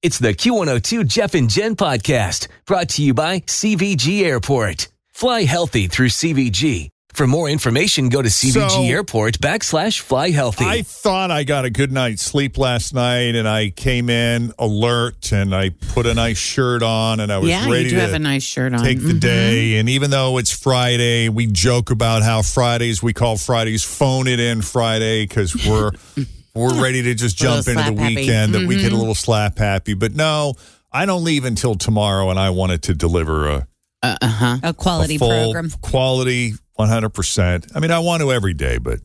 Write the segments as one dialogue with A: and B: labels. A: It's the Q102 Jeff and Jen podcast brought to you by CVG Airport. Fly healthy through CVG. For more information, go to CVG
B: So-
A: Airport backslash fly healthy.
B: I thought I got a good night's sleep last night, and I came in alert, and I put a nice shirt on, and I was
C: yeah,
B: ready
C: you do
B: to
C: have a nice shirt on.
B: take the
C: Mhm.
B: day. And even though it's Friday, we joke about how Fridays we call Fridays phone it in Friday because we're we're ready to just
C: Little
B: jump into the
C: slap happy.
B: weekend. That we get a
C: Mhm.
B: little slap happy, but no, I don't leave until tomorrow, and I wanted to deliver a
C: Uh huh.
D: a quality
B: a full
D: program.
B: quality. 100%. I mean, I want to every day, but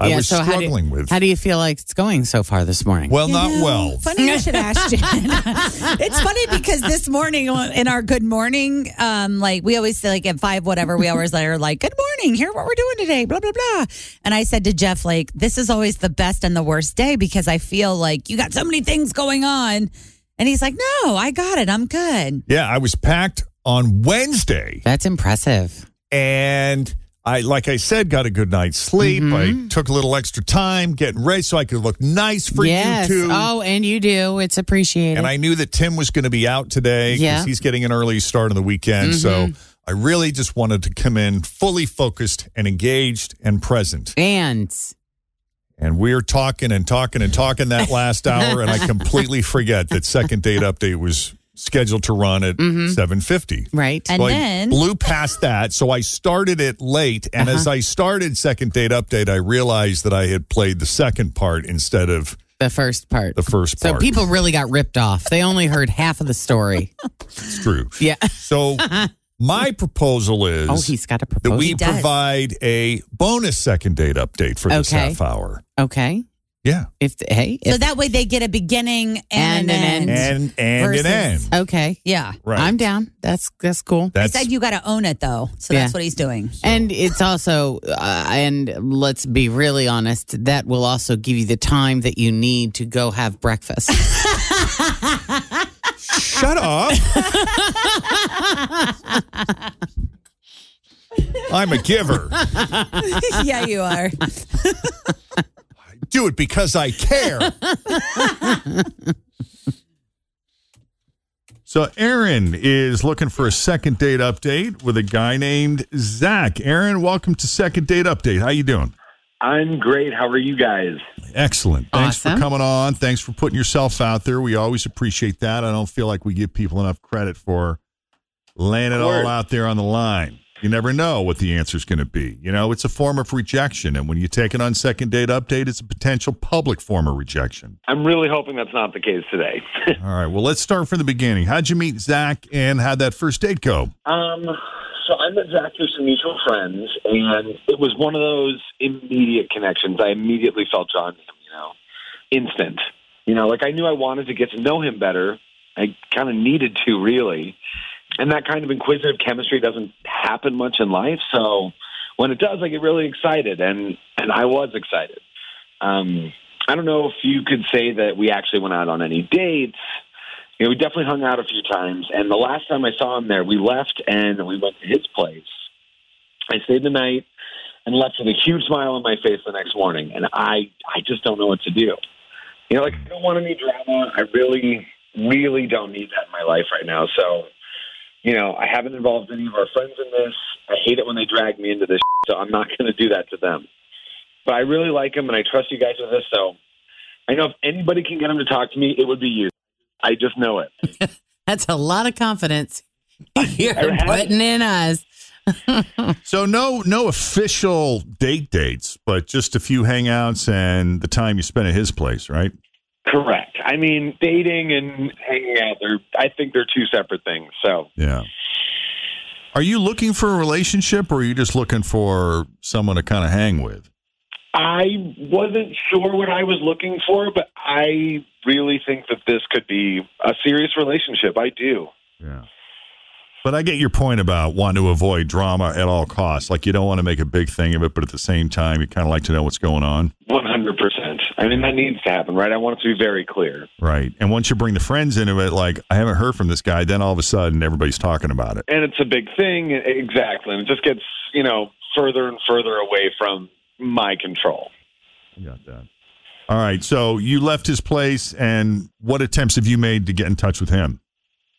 B: I was struggling
C: how do,
B: with.
C: How do you feel like it's going so far this morning?
B: well,
D: You
B: not
D: know,
B: well.
D: Funny you should ask Jen. it's funny because this morning on- in our good morning, um, like we always say, like at five whatever, we always are like, "Good morning, hear what we're doing today," blah blah blah. And I said to Jeff, like, this is always the best and the worst day because I feel like you got so many things going on, and he's like, "No, I got it. I'm good."
B: Yeah, I was packed on Wednesday
C: That's impressive.
B: and I like I said got a good night's sleep. I took a little extra time getting ready so I could look nice for
C: yes.
B: you too.
C: Oh, and you do. It's appreciated.
B: and I knew that Tim was going to be out today cuz
C: Yeah.
B: he's getting an early start on the weekend. So I really just wanted to come in fully focused and engaged and present.
C: and
B: And we're talking and talking and talking that last hour and I completely forget that second date update was scheduled to run at 7:50.
C: right.
D: And
B: So I
D: then
B: blew past that. So I started it late. And as
D: Uh-huh.
B: I started second date update, I realized that I had played the second part instead of
C: the first part.
B: the first
C: so
B: part.
C: people really got ripped off. They only heard half of the story.
B: it's true.
C: Yeah.
B: So my proposal is
C: Oh, he's got a
B: that
C: proposal.
B: we
D: does.
B: provide a bonus second date update for this
C: Okay.
B: half hour.
C: okay.
B: Yeah.
C: If hey,
D: so
C: if,
D: that way they get a beginning
C: And
D: and,
C: an
D: an end.
C: end.
B: And and
D: Versus-
B: an end.
C: okay.
D: Yeah,
B: Right.
C: I'm down. That's that's cool.
B: That's
D: he said you got to own it though, so
C: Yeah.
D: that's what he's doing.
C: And it's also, uh, and let's be really honest, that will also give you the time that you need to go have breakfast.
B: shut up. I'm a giver.
D: yeah, you are.
B: do it because I care. so Aaron is looking for a second date update with a guy named Zach. Aaron, welcome to Second Date Update. How you doing?
E: I'm great. How are you guys?
B: Excellent. Thanks for
C: Awesome.
B: coming on. Thanks for putting yourself out there. We always appreciate that. I don't feel like we give people enough credit for laying it
E: Of course.
B: all out there on the line. You never know what the answer's going to be. You know, it's a form of rejection. And when you take it on second date update, it's a potential public form of rejection.
E: I'm really hoping that's not the case today.
B: All right. Well, let's start from the beginning. How'd you meet Zach and how'd that first date go?
E: um, so I met Zach through some mutual friends, and it was one of those immediate connections. I immediately felt drawn to him, you know, instant. You know, like I knew I wanted to get to know him better. I kind of needed to, really. And that kind of inquisitive chemistry doesn't happen much in life. So when it does, I get really excited, and, and I was excited. Um, I don't know if you could say that we actually went out on any dates. you know, we definitely hung out a few times. And the last time I saw him there, we left and we went to his place. I stayed the night and left with a huge smile on my face the next morning. And I, I just don't know what to do. You know, like I don't want any drama. I really, really don't need that in my life right now. So, you know, I haven't involved any of our friends in this. I hate it when they drag me into this. So I'm not going to do that to them. But I really like him and I trust you guys with this. So I know if anybody can get him to talk to me, it would be you.
F: I just know it.
C: That's a lot of confidence you're putting in us.
B: So no no official date dates, but just a few hangouts and the time you spent at his place, right?
F: Correct. I mean, dating and hanging out, they're, I think they're two separate things. So
B: Yeah. Are you looking for a relationship or are you just looking for someone to kind of hang with?
F: I wasn't sure what I was looking for, but I really think that this could be a serious relationship. I do.
B: Yeah. But I get your point about wanting to avoid drama at all costs. Like you don't want to make a big thing of it, but at the same time you kind of like to know what's going on.
F: 100%. I mean, that needs to happen, right? I want it to be very clear.
B: Right. And once you bring the friends into it, like I haven't heard from this guy, then all of a sudden everybody's talking about it.
F: And it's a big thing. Exactly. And it just gets, you know, further and further away from my control.
B: I got that. All right. So you left his place, and what attempts have you made to get in touch with him?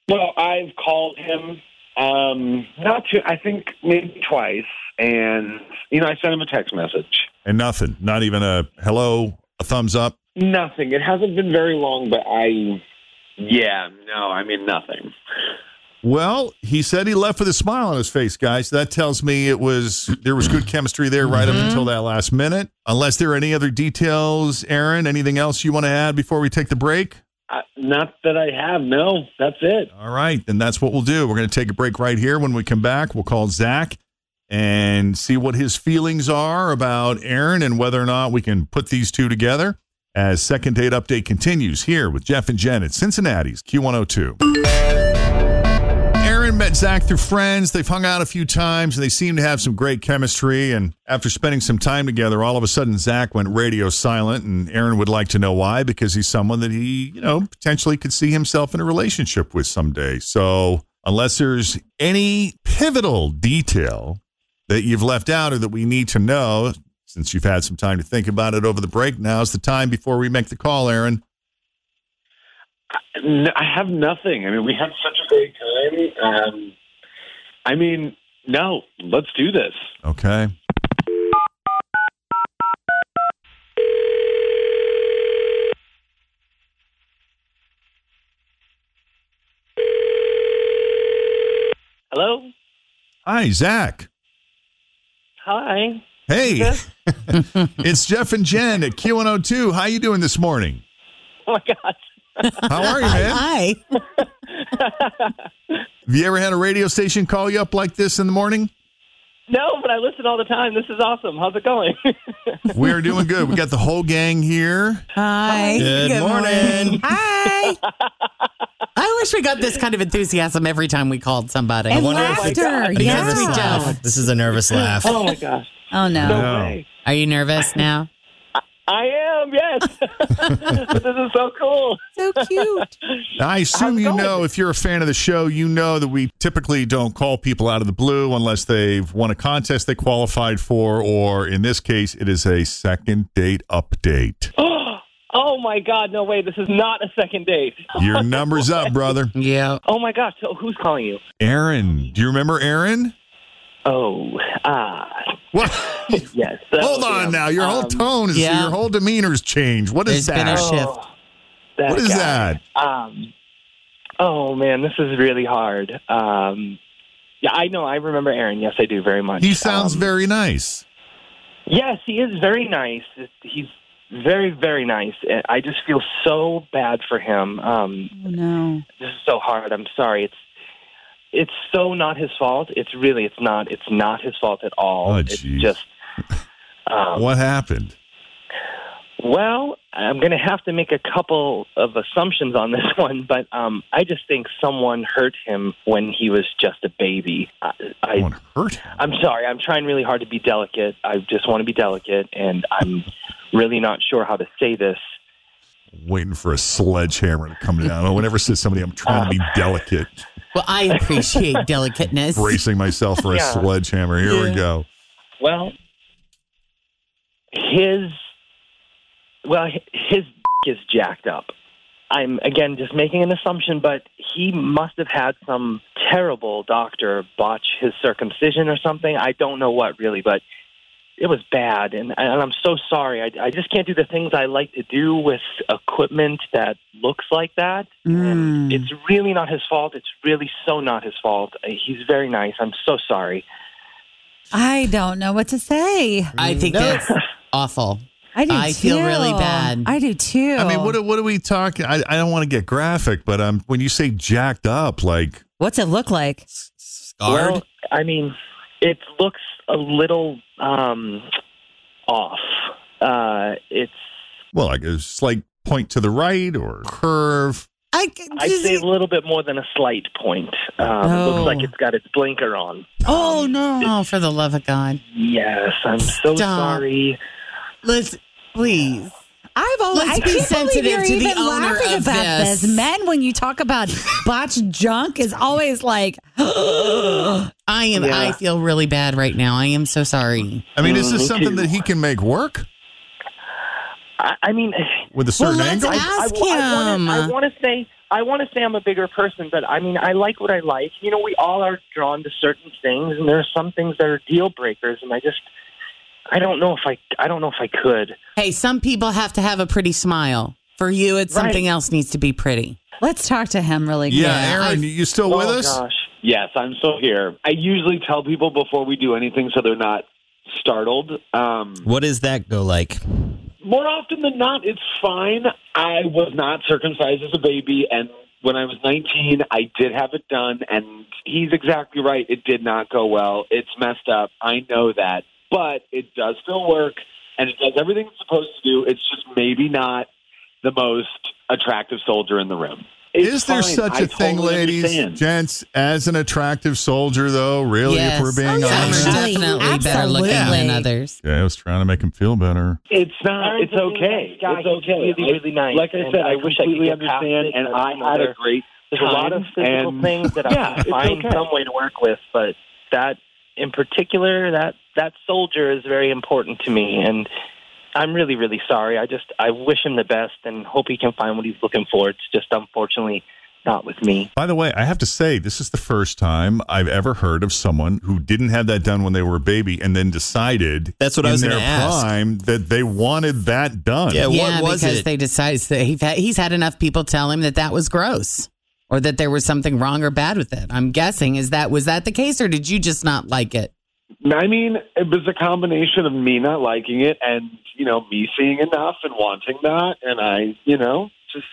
F: Well, I've called him um, not to, I think maybe twice. And, you know, I sent him a text message.
B: And nothing. Not even a hello, a thumbs up.
F: Nothing. It hasn't been very long, but I, yeah, no, I mean, nothing.
B: Well, he said he left with a smile on his face, guys. That tells me it was there was good chemistry there right up until that last minute. Unless there are any other details, Aaron, anything else you want to add before we take the break?
F: I, not that I have. No, that's it.
B: All right, then that's what we'll do. We're going to take a break right here. When we come back, we'll call Zach and see what his feelings are about Aaron and whether or not we can put these two together as Second Date Update continues here with Jeff and Jen at Cincinnati's Q102. Aaron met Zach through friends. They've hung out a few times and they seem to have some great chemistry. And after spending some time together, all of a sudden Zach went radio silent. And Aaron would like to know why because he's someone that he, you know, potentially could see himself in a relationship with someday. So unless there's any pivotal detail that you've left out or that we need to know, since you've had some time to think about it over the break, now's the time before we make the call, Aaron.
F: N- I have nothing. I mean, we had such a great time. Um, I mean, no, let's do this.
B: Okay.
F: Hello?
B: Hi, Zach.
F: Hi.
B: Hey, it's Jeff and Jen at Q102. How you doing this morning?
F: Oh, my God.
B: How are you, man?
C: Hi.
B: Have you ever had a radio station call you up like this in the morning?
E: No, but I listen all the time. This is awesome. How's it going?
B: We are doing good. We got the whole gang here.
C: Hi.
B: Good Good morning. morning.
C: Hi. I wish we got this kind of enthusiasm every time we called somebody.
D: And
G: wonder if-
D: laughter.
G: A
D: yeah.
G: nervous laugh. This is a nervous laugh.
E: oh my gosh.
D: Oh, no.
E: No,
B: No.
E: way.
C: Are you nervous now?
E: I am, yes. but this is so cool.
D: So cute.
B: I assume you know if you're a fan of the show, you know that we typically don't call people out of the blue unless they've won a contest they qualified for, or in this case, it is a second date update.
E: Oh my god, no way. This is not a second date.
B: Your number's up, brother.
C: Yeah.
E: Oh my gosh. So who's calling you?
B: Aaron, do you remember Aaron?
E: Oh, ah,
B: What?
E: yes.
B: Hold on now. Your
E: Um,
B: whole tone is
C: yeah.
B: your whole demeanor's changed. What is
C: There's been a
B: that?
C: shift.
E: oh, That
B: What is
E: guy.
B: that?
E: Um, oh man, this is really hard. Um, yeah, I know. I remember Aaron. Yes, I do very much.
B: He sounds
E: Um,
B: very nice.
E: Yes, he is very nice. He's very, very nice. I just feel so bad for him. Um,
D: Oh, no.
E: this is so hard. I'm sorry. It's it's so not his fault. It's really it's not it's not his fault at all.
B: Oh,
E: it's
B: jeez.
E: just um,
B: What happened?
E: well, I'm going to have to make a couple of assumptions on this one, but um, I just think someone hurt him when he was just a baby. I, I
B: Someone hurt him.
E: I'm sorry. I'm trying really hard to be delicate. I just want to be delicate, and I'm really not sure how to say this.
B: Waiting for a sledgehammer to come down. I never said somebody I'm trying to be
E: Uh,
B: delicate,
C: Well, I appreciate delicateness.
B: bracing myself for a
E: Yeah.
B: sledgehammer. Here we go.
E: Well, his well h- his is jacked up. I'm again just making an assumption, but he must have had some terrible doctor botch his circumcision or something. I don't know what really, but it was bad, and and I'm so sorry. I I just can't do the things I like to do with equipment that looks like that.
D: Hmm.
C: Mm.
E: And it's really not his fault. It's really so not his fault. Uh, He's very nice. I'm so sorry.
D: I don't know what to say.
C: I think
G: No.
C: that's awful.
D: I do.
C: I feel
D: too.
C: really bad.
D: I do too.
B: I mean, what are- what are we talking? I, I don't want to get graphic, but um, when you say jacked up, like
D: What's it look like?
G: Scarred?
E: Well, I mean, it looks a little um, off. Uh, it's
B: well, like a slight point to the right or curve.
C: I,
E: I'd say a little bit more than a slight point. Um,
D: No.
E: Looks like it's got its blinker on.
C: oh no! Oh, for the love of God!
E: Yes, I'm so
C: Stop.
E: sorry.
C: Let's please.
D: I've always
C: Let's
D: I
C: be
D: can't
C: sensitive
D: believe you're
C: to the
D: even
C: owner
D: laughing
C: of
D: about
C: this.
D: this. Men, when you talk about botched junk, is always like,
C: I am.
E: Yeah.
C: I feel really bad right now. I am so sorry.
B: I mean, is
E: Mm,
B: this
E: me
B: something
E: too.
B: that he can make work
E: I, I mean,
B: with a certain
C: let's
B: angle?
C: ask-
E: I,
C: Ask him.
E: I want to say I want to say I'm a bigger person, but I mean I like what I like. You know, we all are drawn to certain things, and there are some things that are deal breakers, and I just I don't know if I I don't know if I could.
C: Hey, some people have to have a pretty smile. For you, it's
E: Right.
C: something else needs to be pretty.
D: let's talk to him really quick.
B: yeah,
C: Yeah,
B: Aaron,
C: I-
B: you still with
E: oh
B: us?
E: gosh,
F: Yes, I'm still here. I usually tell people before we do anything so they're not startled. Um,
G: What does that go like?
F: more often than not, it's fine. I was not circumcised as a baby, and when I was 19, I did have it done, and he's exactly right. It did not go well. It's messed up. I know that. But it does still work, and it does everything it's supposed to do. It's just maybe not the most attractive soldier in the room. It's
B: Is there
F: fine.
B: such
F: I
B: a thing,
F: totally
B: ladies,
F: understand.
B: gents, as an attractive soldier, though? Really, if
C: Yes.
B: we're being
D: Oh, yeah.
B: honest?
C: Some are
D: Absolutely.
C: definitely better looking than
D: Absolutely.
C: others.
B: Yeah, I was trying to make him feel better.
F: It's not.
E: Aaron's
F: It's
E: a really
F: okay.
E: nice guy.
F: It's okay.
E: He's really,
F: I-
E: really nice,
F: Like I
E: and
F: said,
E: I
F: I
E: wish I could
F: completely
E: get past
F: understand,
E: it,
F: and
E: but,
F: I
E: you know,
F: had a
E: there-
F: great
E: there's a lot of
F: time,
E: physical
F: and-
E: things that
F: Yeah,
E: I
F: it's
E: find
F: okay.
E: some way to work with, but that in particular, that that soldier is very important to me, and I'm really, really sorry. I just I wish him the best and hope he can find what he's looking for. It's just unfortunately not with me.
B: By the way, I have to say, this is the first time I've ever heard of someone who didn't have that done when they were a baby and then decided
G: That's what I
B: in
G: was
B: their
G: gonna ask.
B: prime that they wanted that done.
G: Yeah,
C: yeah,
G: what was
C: because
G: it?
C: they decided that he's had, he's had enough people tell him that that was gross or that there was something wrong or bad with it. I'm guessing is that was that the case or did you just not like it?
F: I mean, it was a combination of me not liking it and, you know, me seeing enough and wanting that. And I, you know, just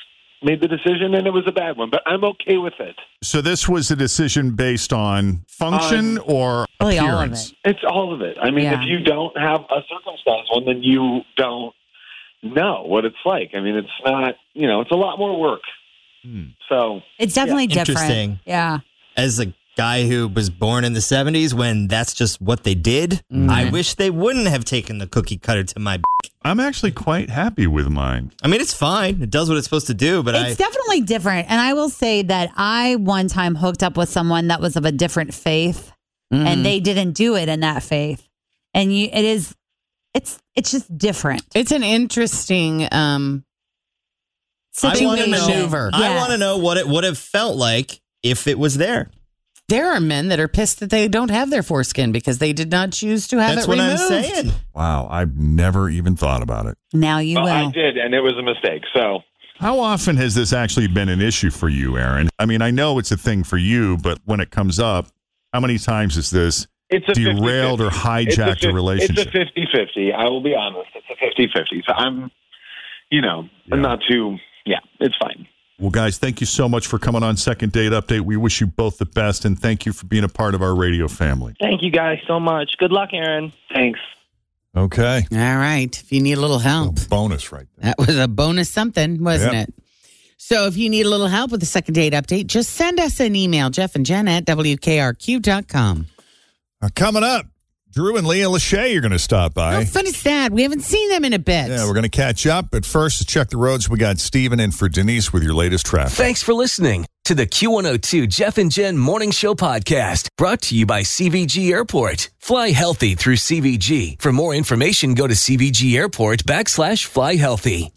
F: made the decision and it was a bad one, but I'm okay with it.
B: So this was a decision based on function or
D: Really all of
B: appearance.
D: it.
F: It's all of it. I mean,
D: Yeah.
F: if you don't have a circumcised one, then you don't know what it's like. I mean, it's not, you know, it's a lot more work. So
D: It's definitely
G: Yeah.
D: different.
G: Interesting.
D: Yeah.
G: As a guy who was born in the 70s when that's just what they did,
D: Mm-hmm.
G: I wish they wouldn't have taken the cookie cutter to my. b-
B: I'm actually quite happy with mine.
G: I mean, it's fine. It does what it's supposed to do, but I.
D: It's definitely different. And I will say that I one time hooked up with someone that was of a different faith
G: Mm.
D: and they didn't do it in that faith. And you, it is, it's, it's just different.
C: It's an interesting um
G: I
C: Situation.
G: want to know.
C: Maneuver.
G: I
D: Yes.
G: want to know what it would have felt like if it was there.
C: there are men that are pissed that they don't have their foreskin because they did not choose to have
G: That's
C: it
G: what
C: removed.
G: I'm saying.
B: Wow, I've never even thought about it.
D: Now you
F: Well, I
D: will.
F: did, and it was a mistake. So
B: How often has this actually been an issue for you, Aaron? I mean, I know it's a thing for you, but when it comes up, how many times is this
F: it's a
B: derailed
F: 50-50.
B: or
F: It's
B: hijacked a,
F: fif-
B: relationship?
F: It's a 50-50. I will be honest. It's a 50-50. So I'm, you know,
B: Yeah.
F: I'm not too. Yeah, it's fine.
B: well, guys, thank you so much for coming on Second Date Update. We wish you both the best, and thank you for being a part of our radio family.
E: Thank you guys so much. Good luck, Aaron.
F: Thanks.
B: Okay.
C: All right. If you need a little help.
B: bonus right there.
C: That was a bonus something, wasn't
B: Yep.
C: it? So if you need a little help with the second date update, just send us an email, Jeff and Jen at WKRQ.com.
B: Uh, coming up, Drew and Leah Lachey are going to stop
C: How
B: by.
C: fun is that? We haven't seen them in a bit.
B: Yeah, we're going to catch up. But first, to check the roads, we got Steven in for Denise with your latest traffic.
A: Thanks for listening to the Q102 Jeff and Jen Morning Show podcast brought to you by CVG Airport. Fly healthy through CVG. For more information, go to CVG Airport backslash fly healthy.